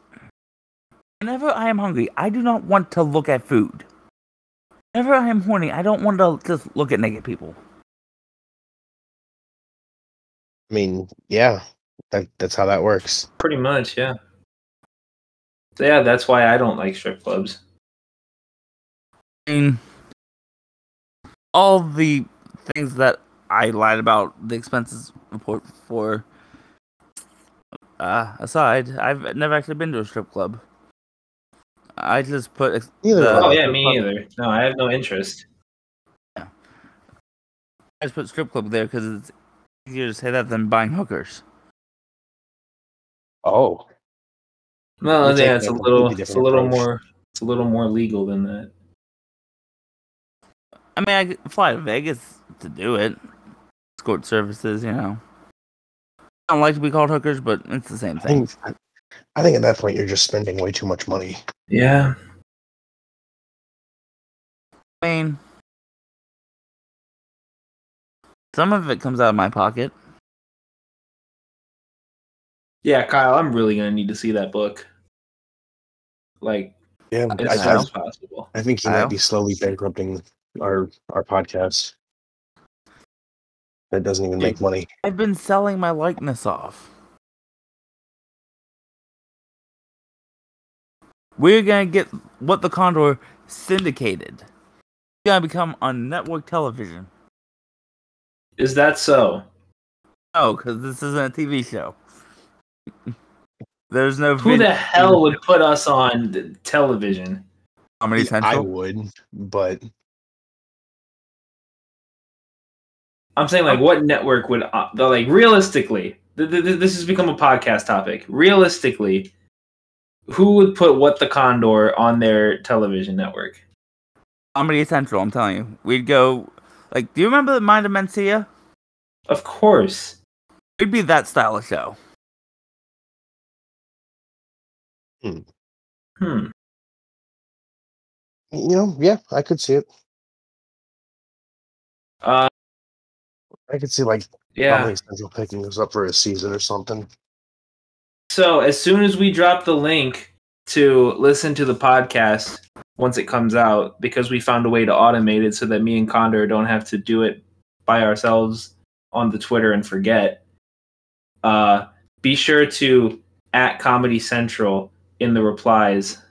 Speaker 1: Whenever I am hungry, I do not want to look at food. Whenever I am horny, I don't want to just look at naked people.
Speaker 3: I mean, yeah. That that's how that works.
Speaker 2: Pretty much, yeah. So yeah, that's why I don't like strip clubs.
Speaker 1: I mean, all the things that I lied about the expenses report for. Uh, aside, I've never actually been to a strip club. I just put ex-
Speaker 3: Neither
Speaker 1: The-
Speaker 3: have I.
Speaker 2: oh yeah, me
Speaker 1: club-
Speaker 2: either. No, I have no interest.
Speaker 1: I just put strip club there because it's easier to say that than buying hookers.
Speaker 3: Oh.
Speaker 2: Well,
Speaker 3: You
Speaker 2: yeah,
Speaker 3: take
Speaker 2: it's
Speaker 3: a
Speaker 2: a little,
Speaker 3: completely
Speaker 2: it's a
Speaker 3: different
Speaker 2: little
Speaker 3: approach.
Speaker 2: more, it's a little more legal than that.
Speaker 1: I mean, I could fly to Vegas to do it. Escort services, you know. I don't like to be called hookers, but it's the same
Speaker 3: I
Speaker 1: thing.
Speaker 3: think I think at that point you're just spending way too much money.
Speaker 2: Yeah,
Speaker 1: I mean, some of it comes out of my pocket.
Speaker 2: yeah, Kyle, I'm really gonna need to see that book. Like
Speaker 3: Yeah. I,
Speaker 2: as
Speaker 3: I,
Speaker 2: soon as possible.
Speaker 3: I think you
Speaker 1: Kyle?
Speaker 3: might be slowly bankrupting our our podcast. That doesn't even make money.
Speaker 1: I've been selling my likeness off. We're gonna get what the Condor syndicated. It's gonna become on network television.
Speaker 2: Is that so?
Speaker 1: know because Oh, this isn't a TV show. There's no
Speaker 2: Who
Speaker 1: video
Speaker 2: the hell would put us on the television?
Speaker 1: Comedy
Speaker 3: I
Speaker 1: Central.
Speaker 3: would, but
Speaker 2: I'm saying like what network would uh, the- like realistically? Th- th- th- this has become a podcast topic. Realistically, who would put what the Condor on their television network?
Speaker 1: Comedy Central. I'm telling you, we'd go. Like, do you remember the Mind of Mencia?
Speaker 2: Of course.
Speaker 1: It'd be that style of show.
Speaker 2: Hmm.
Speaker 3: you know, yeah, I could see it.
Speaker 2: Uh,
Speaker 3: I could see like
Speaker 2: yeah.
Speaker 3: Comedy Central picking us up for a season or something.
Speaker 2: So as soon as we drop the link to listen to the podcast once it comes out, because we found a way to automate it so that me and Condor don't have to do it by ourselves on the Twitter and forget. Uh, be sure to at Comedy Central in the replies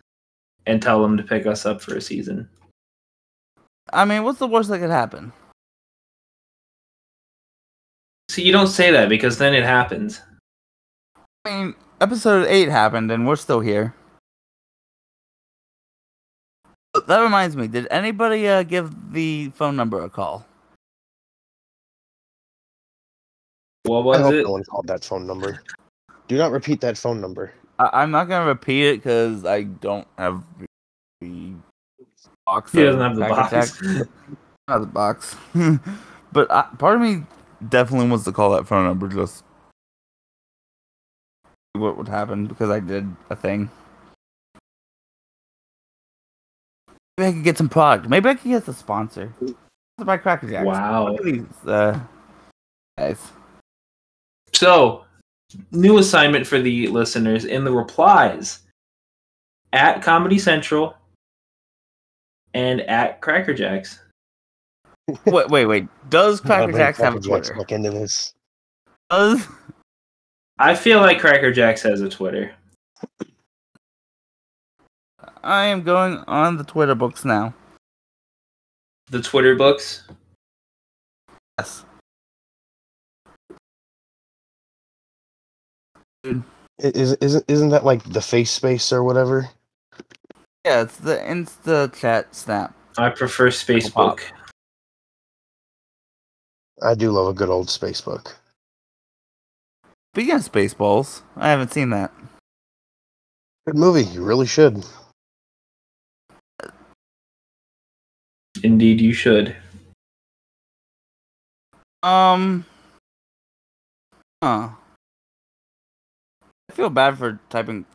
Speaker 2: and tell them to pick us up for a season.
Speaker 1: I mean, what's the worst that could happen?
Speaker 2: See, you don't say that because then it happens.
Speaker 1: I mean, episode eight happened, and we're still here. Oh, That reminds me. Did anybody uh, give the phone number a call?
Speaker 2: What
Speaker 3: I
Speaker 2: was
Speaker 3: hope
Speaker 2: it?
Speaker 3: no one called that phone number. Do not repeat that phone number.
Speaker 1: I- I'm not gonna repeat it because I don't have the box.
Speaker 2: He
Speaker 1: of
Speaker 2: doesn't have the
Speaker 1: Pack Attack.
Speaker 2: box.
Speaker 1: Not the box. but I, part of me definitely wants to call that phone number just see what would happen because I did a thing. Maybe I could get some product. Maybe I could get the sponsor. Sponsored by Cracker Jacks.
Speaker 2: Wow.
Speaker 1: Look at these uh, guys.
Speaker 2: So, new assignment for the listeners in the replies at Comedy Central and at Cracker Jacks.
Speaker 1: Wait, wait, wait. Does Cracker
Speaker 3: Whatever
Speaker 1: Jacks have a
Speaker 3: Cracker Jacks
Speaker 1: Twitter?
Speaker 3: Look into this.
Speaker 1: Does
Speaker 2: I feel like Cracker Jacks has a Twitter.
Speaker 1: I am going on the Twitter books now.
Speaker 2: The Twitter books.
Speaker 1: Yes.
Speaker 3: I- Is, isn't isn't that like the face space or whatever?
Speaker 1: Yeah, it's the Insta chat snap.
Speaker 2: I prefer Spacebook.
Speaker 3: I do love a good old space book.
Speaker 1: Speaking of Spaceballs, I haven't seen that.
Speaker 3: Good movie. You really should.
Speaker 2: Indeed, you should.
Speaker 1: Um. Huh. I feel bad for typing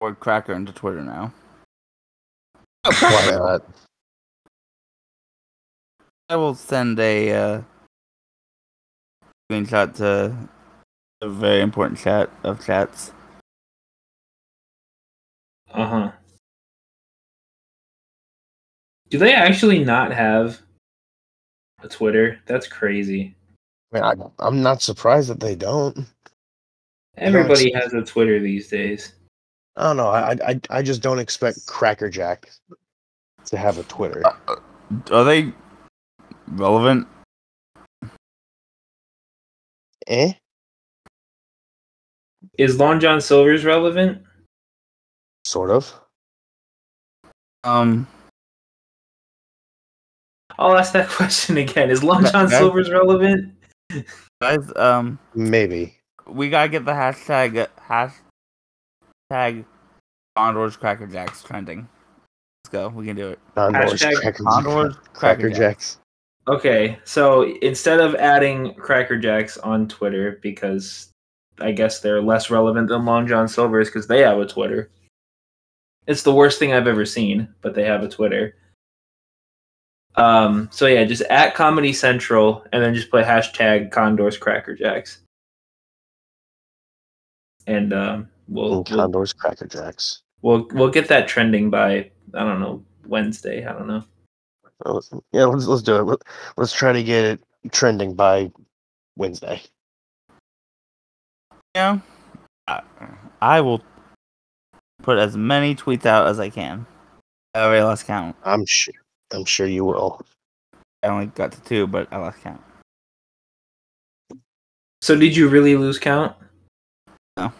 Speaker 1: word cracker into Twitter now. Oh,
Speaker 3: Why
Speaker 1: cracker.
Speaker 3: not?
Speaker 1: I will send a uh, screenshot to a very important chat of chats.
Speaker 2: Uh huh. Do they actually not have a Twitter? That's crazy.
Speaker 3: I mean, I, I'm not surprised that they don't.
Speaker 2: Everybody has a Twitter these days.
Speaker 3: I don't know. I I I just don't expect Cracker Jack to have a Twitter.
Speaker 1: Are they relevant?
Speaker 3: Eh?
Speaker 2: Is Long John Silver's relevant?
Speaker 3: Sort of.
Speaker 1: Um.
Speaker 2: I'll ask that question again. Is Long
Speaker 1: That-
Speaker 2: John
Speaker 1: that-
Speaker 2: Silver's relevant?
Speaker 1: Guys, um.
Speaker 3: Maybe.
Speaker 1: we gotta get the hashtag hashtag Condors Cracker Jacks trending. Let's go. We can do it.
Speaker 3: Condors,
Speaker 2: Hashtag
Speaker 3: Cracker,
Speaker 1: Condors
Speaker 3: Cracker Jacks.
Speaker 2: Okay, so instead of adding Cracker Jacks on Twitter because I guess they're less relevant than Long John Silver's because they have a Twitter. It's the worst thing I've ever seen, but they have a Twitter. Um, so yeah, just at Comedy Central and then just put hashtag Condors Cracker Jacks. And um, we'll,
Speaker 3: And
Speaker 2: we'll
Speaker 3: Condors Cracker Jacks.
Speaker 2: we'll we'll get that trending by I don't know Wednesday. I don't know.
Speaker 3: Oh, let's- Yeah, let's let's do it. Let- Let's try to get it trending by Wednesday.
Speaker 1: Yeah. I, I will put as many tweets out as I can. I already lost count.
Speaker 3: I'm sure. I'm sure you will.
Speaker 1: I only got to two, but I lost count.
Speaker 2: So did you really lose count?
Speaker 1: No.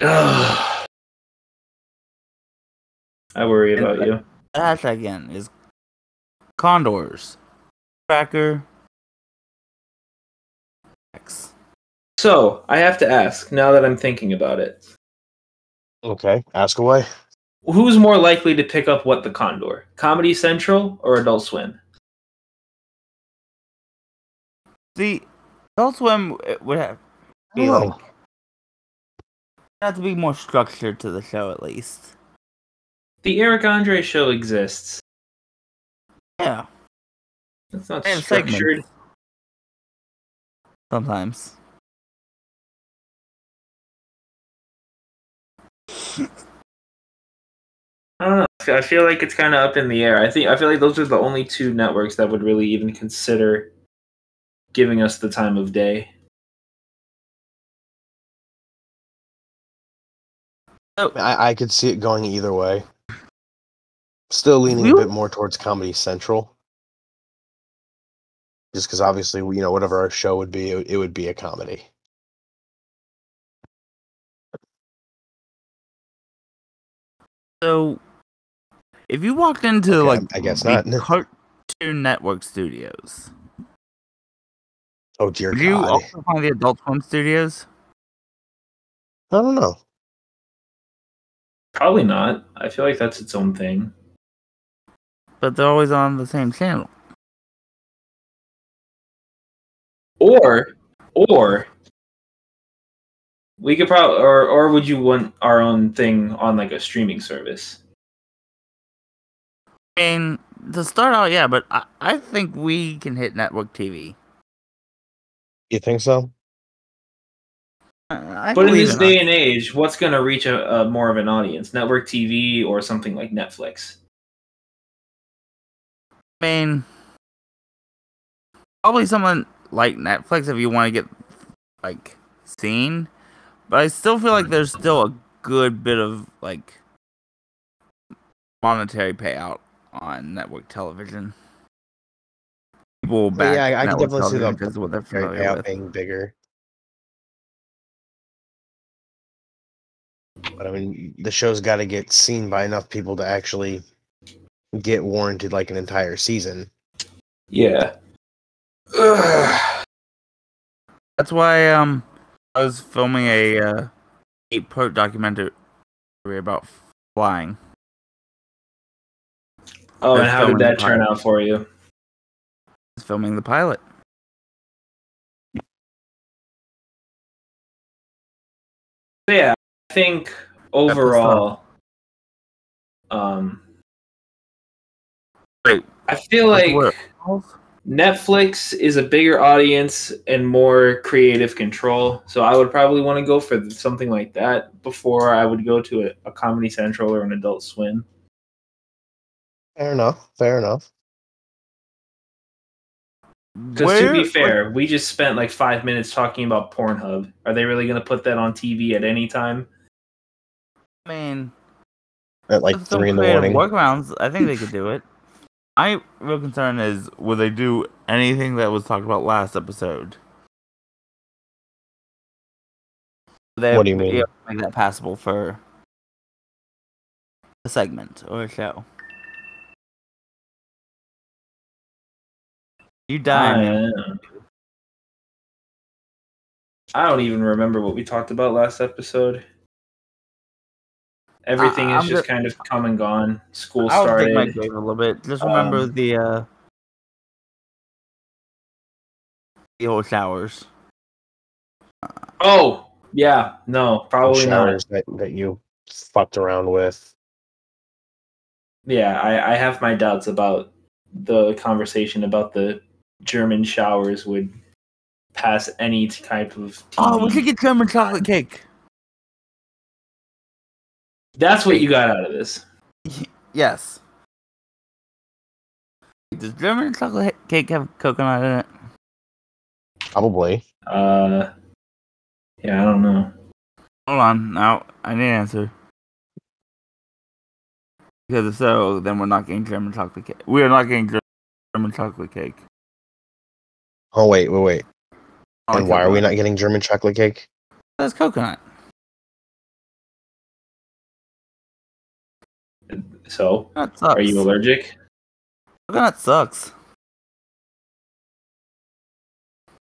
Speaker 2: Ugh. I worry about you.
Speaker 1: That again is condors. Cracker. X.
Speaker 2: So I have to ask now that I'm thinking about it:
Speaker 3: Okay, ask away.
Speaker 2: Who's more likely to pick up what the Condor, Comedy Central or Adult Swim?
Speaker 1: See, Adult Swim it would have, be
Speaker 3: Oh.
Speaker 1: like have to be more structured to the show at least.
Speaker 2: The Eric Andre Show exists.
Speaker 1: Yeah,
Speaker 2: That's not
Speaker 1: They have segments.
Speaker 2: structured.
Speaker 1: sometimes.
Speaker 2: I don't know. I feel- I feel like it's kind of up in the air. I think I feel like those are the only two networks that would really even consider giving us the time of day.
Speaker 3: I, I could see it going either way. Still leaning a
Speaker 1: You-
Speaker 3: bit more towards Comedy Central, just because obviously you know whatever our show would be, it, would- it would be a comedy.
Speaker 1: So, if you walked into
Speaker 3: Okay,
Speaker 1: like
Speaker 3: I guess
Speaker 1: the
Speaker 3: not.
Speaker 1: Cartoon Network studios,
Speaker 3: Oh dear
Speaker 1: would you
Speaker 3: God!
Speaker 1: also find the Adult Swim studios?
Speaker 3: I don't know.
Speaker 2: Probably not. I feel like that's its own thing.
Speaker 1: But they're always on the same channel.
Speaker 2: Or or we could probably or or would you want our own thing on like a streaming service?
Speaker 1: I mean, to start out, yeah, but I, I think we can hit network TV.
Speaker 3: You think so?
Speaker 1: Uh, I, I
Speaker 2: But in
Speaker 1: believe
Speaker 2: this
Speaker 1: us.
Speaker 2: day and age, what's going to reach a, a more of an audience? Network TV or something like Netflix?
Speaker 1: I mean, probably someone like Netflix if you want to get like seen. But I still feel like there's still a good bit of like monetary payout on network television. People will back.
Speaker 3: yeah, I- I can
Speaker 1: network
Speaker 3: definitely see
Speaker 1: television
Speaker 3: the
Speaker 1: because of what they're
Speaker 3: Right
Speaker 1: familiar
Speaker 3: now,
Speaker 1: with.
Speaker 3: being bigger. But I mean, the show's got to get seen by enough people to actually get warranted like an entire season.
Speaker 2: Yeah. Oh,
Speaker 1: That's why um I was filming a uh, eight part documentary about flying.
Speaker 2: Oh, and
Speaker 1: That's
Speaker 2: how
Speaker 1: going
Speaker 2: did that turn
Speaker 1: viral.
Speaker 2: out for you?
Speaker 1: I was filming the pilot.
Speaker 2: So, yeah, I think overall, um,
Speaker 1: Wait,
Speaker 2: I feel
Speaker 1: Like
Speaker 2: like
Speaker 1: what?
Speaker 2: Netflix is a bigger audience and more creative control. So I would probably want to go for something like that before I would go to a, a Comedy Central or an Adult Swim.
Speaker 3: Fair enough. Fair enough.
Speaker 2: Because to
Speaker 1: Where-
Speaker 2: be fair, we just spent like five minutes talking about Pornhub. Are they really going to put that on TV at any time?
Speaker 1: I mean,
Speaker 3: At like
Speaker 1: with some
Speaker 3: three in the
Speaker 1: creative
Speaker 3: morning.
Speaker 1: Workarounds. I think they could do it. My real concern is will they do anything that was talked about last episode? They-
Speaker 3: What do you mean?
Speaker 1: make that passable for a segment or a show. You die. man.
Speaker 2: I, I don't even remember what we talked about last episode. Everything
Speaker 1: I-
Speaker 2: is
Speaker 1: I'm
Speaker 2: just
Speaker 1: go-
Speaker 2: kind of come and gone. School
Speaker 1: I would take my
Speaker 2: started.
Speaker 1: grave a little bit. Just remember
Speaker 2: Um,
Speaker 1: the uh the old showers.
Speaker 2: Oh, yeah. No, probably not.
Speaker 3: showers that, that you fucked around with.
Speaker 2: Yeah, I, I have my doubts about the conversation about the German showers would pass any type of.
Speaker 1: Oh, we
Speaker 2: TV.
Speaker 1: could get German chocolate cake.
Speaker 2: That's what you got out of this.
Speaker 1: Yes. Does German chocolate ha- cake have coconut in it?
Speaker 3: Probably.
Speaker 2: Uh, yeah, I don't know.
Speaker 1: Hold on, now I need an answer. Because if so, then we're not getting German chocolate cake. We are not getting Ger- German chocolate cake.
Speaker 3: Oh wait, wait, wait.
Speaker 1: Oh,
Speaker 3: and why are we
Speaker 1: coconut.
Speaker 3: not getting German chocolate cake?
Speaker 1: That's coconut.
Speaker 2: So,
Speaker 1: That sucks.
Speaker 2: are you allergic?
Speaker 1: coconut sucks.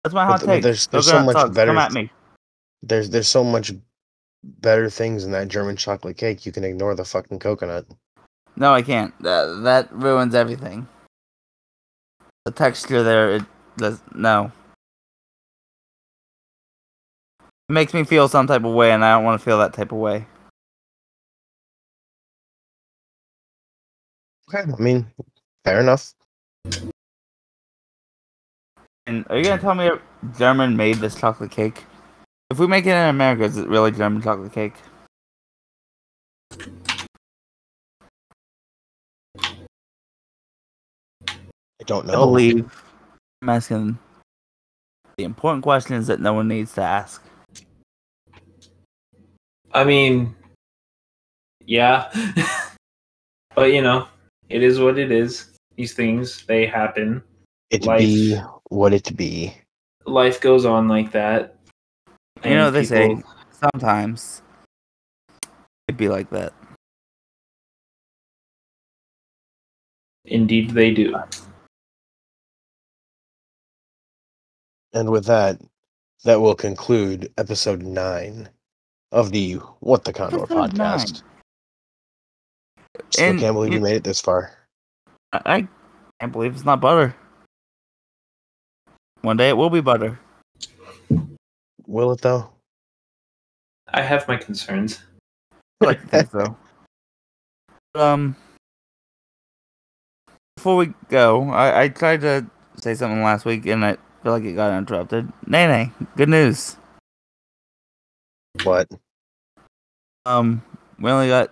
Speaker 1: That's my hot
Speaker 3: But- but
Speaker 1: take.
Speaker 3: there's- there's so
Speaker 1: coconut
Speaker 3: much
Speaker 1: sucks.
Speaker 3: better
Speaker 1: Come at
Speaker 3: th-
Speaker 1: me.
Speaker 3: There's there's so much better things in that German chocolate cake. You can ignore the fucking coconut.
Speaker 1: No, I can't. That that ruins everything. The texture there, it does no. It makes me feel some type of way, and I don't want to feel that type of way.
Speaker 3: Okay. I mean, fair enough.
Speaker 1: And are you gonna tell me German made this chocolate cake? If we make it in America, is it really German chocolate cake?
Speaker 3: I don't know.
Speaker 1: I believe. I'm asking. The important questions that no one needs to ask.
Speaker 2: I mean, yeah. but, you know, it is what it is. These things, they happen.
Speaker 3: it
Speaker 2: life-
Speaker 3: be what it be.
Speaker 2: Life goes on like that.
Speaker 1: You know what they say.
Speaker 2: people-
Speaker 1: Sometimes it'd be like that.
Speaker 2: Indeed, they do.
Speaker 3: And with that, that will conclude episode nine of the What the Condor
Speaker 1: Episode
Speaker 3: podcast. Still
Speaker 1: And
Speaker 3: can't believe you
Speaker 1: you-
Speaker 3: made it this far.
Speaker 1: I, I can't believe it's not butter. One day it will be butter.
Speaker 3: Will it though?
Speaker 2: I have my concerns.
Speaker 1: I like to think so. Um, before we go, I, I tried to say something last week and I feel like it got interrupted. Nene, good news.
Speaker 3: What?
Speaker 1: Um, we only got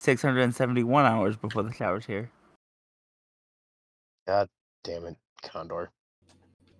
Speaker 1: 671 hours before the shower's here.
Speaker 3: Damn it, Condor.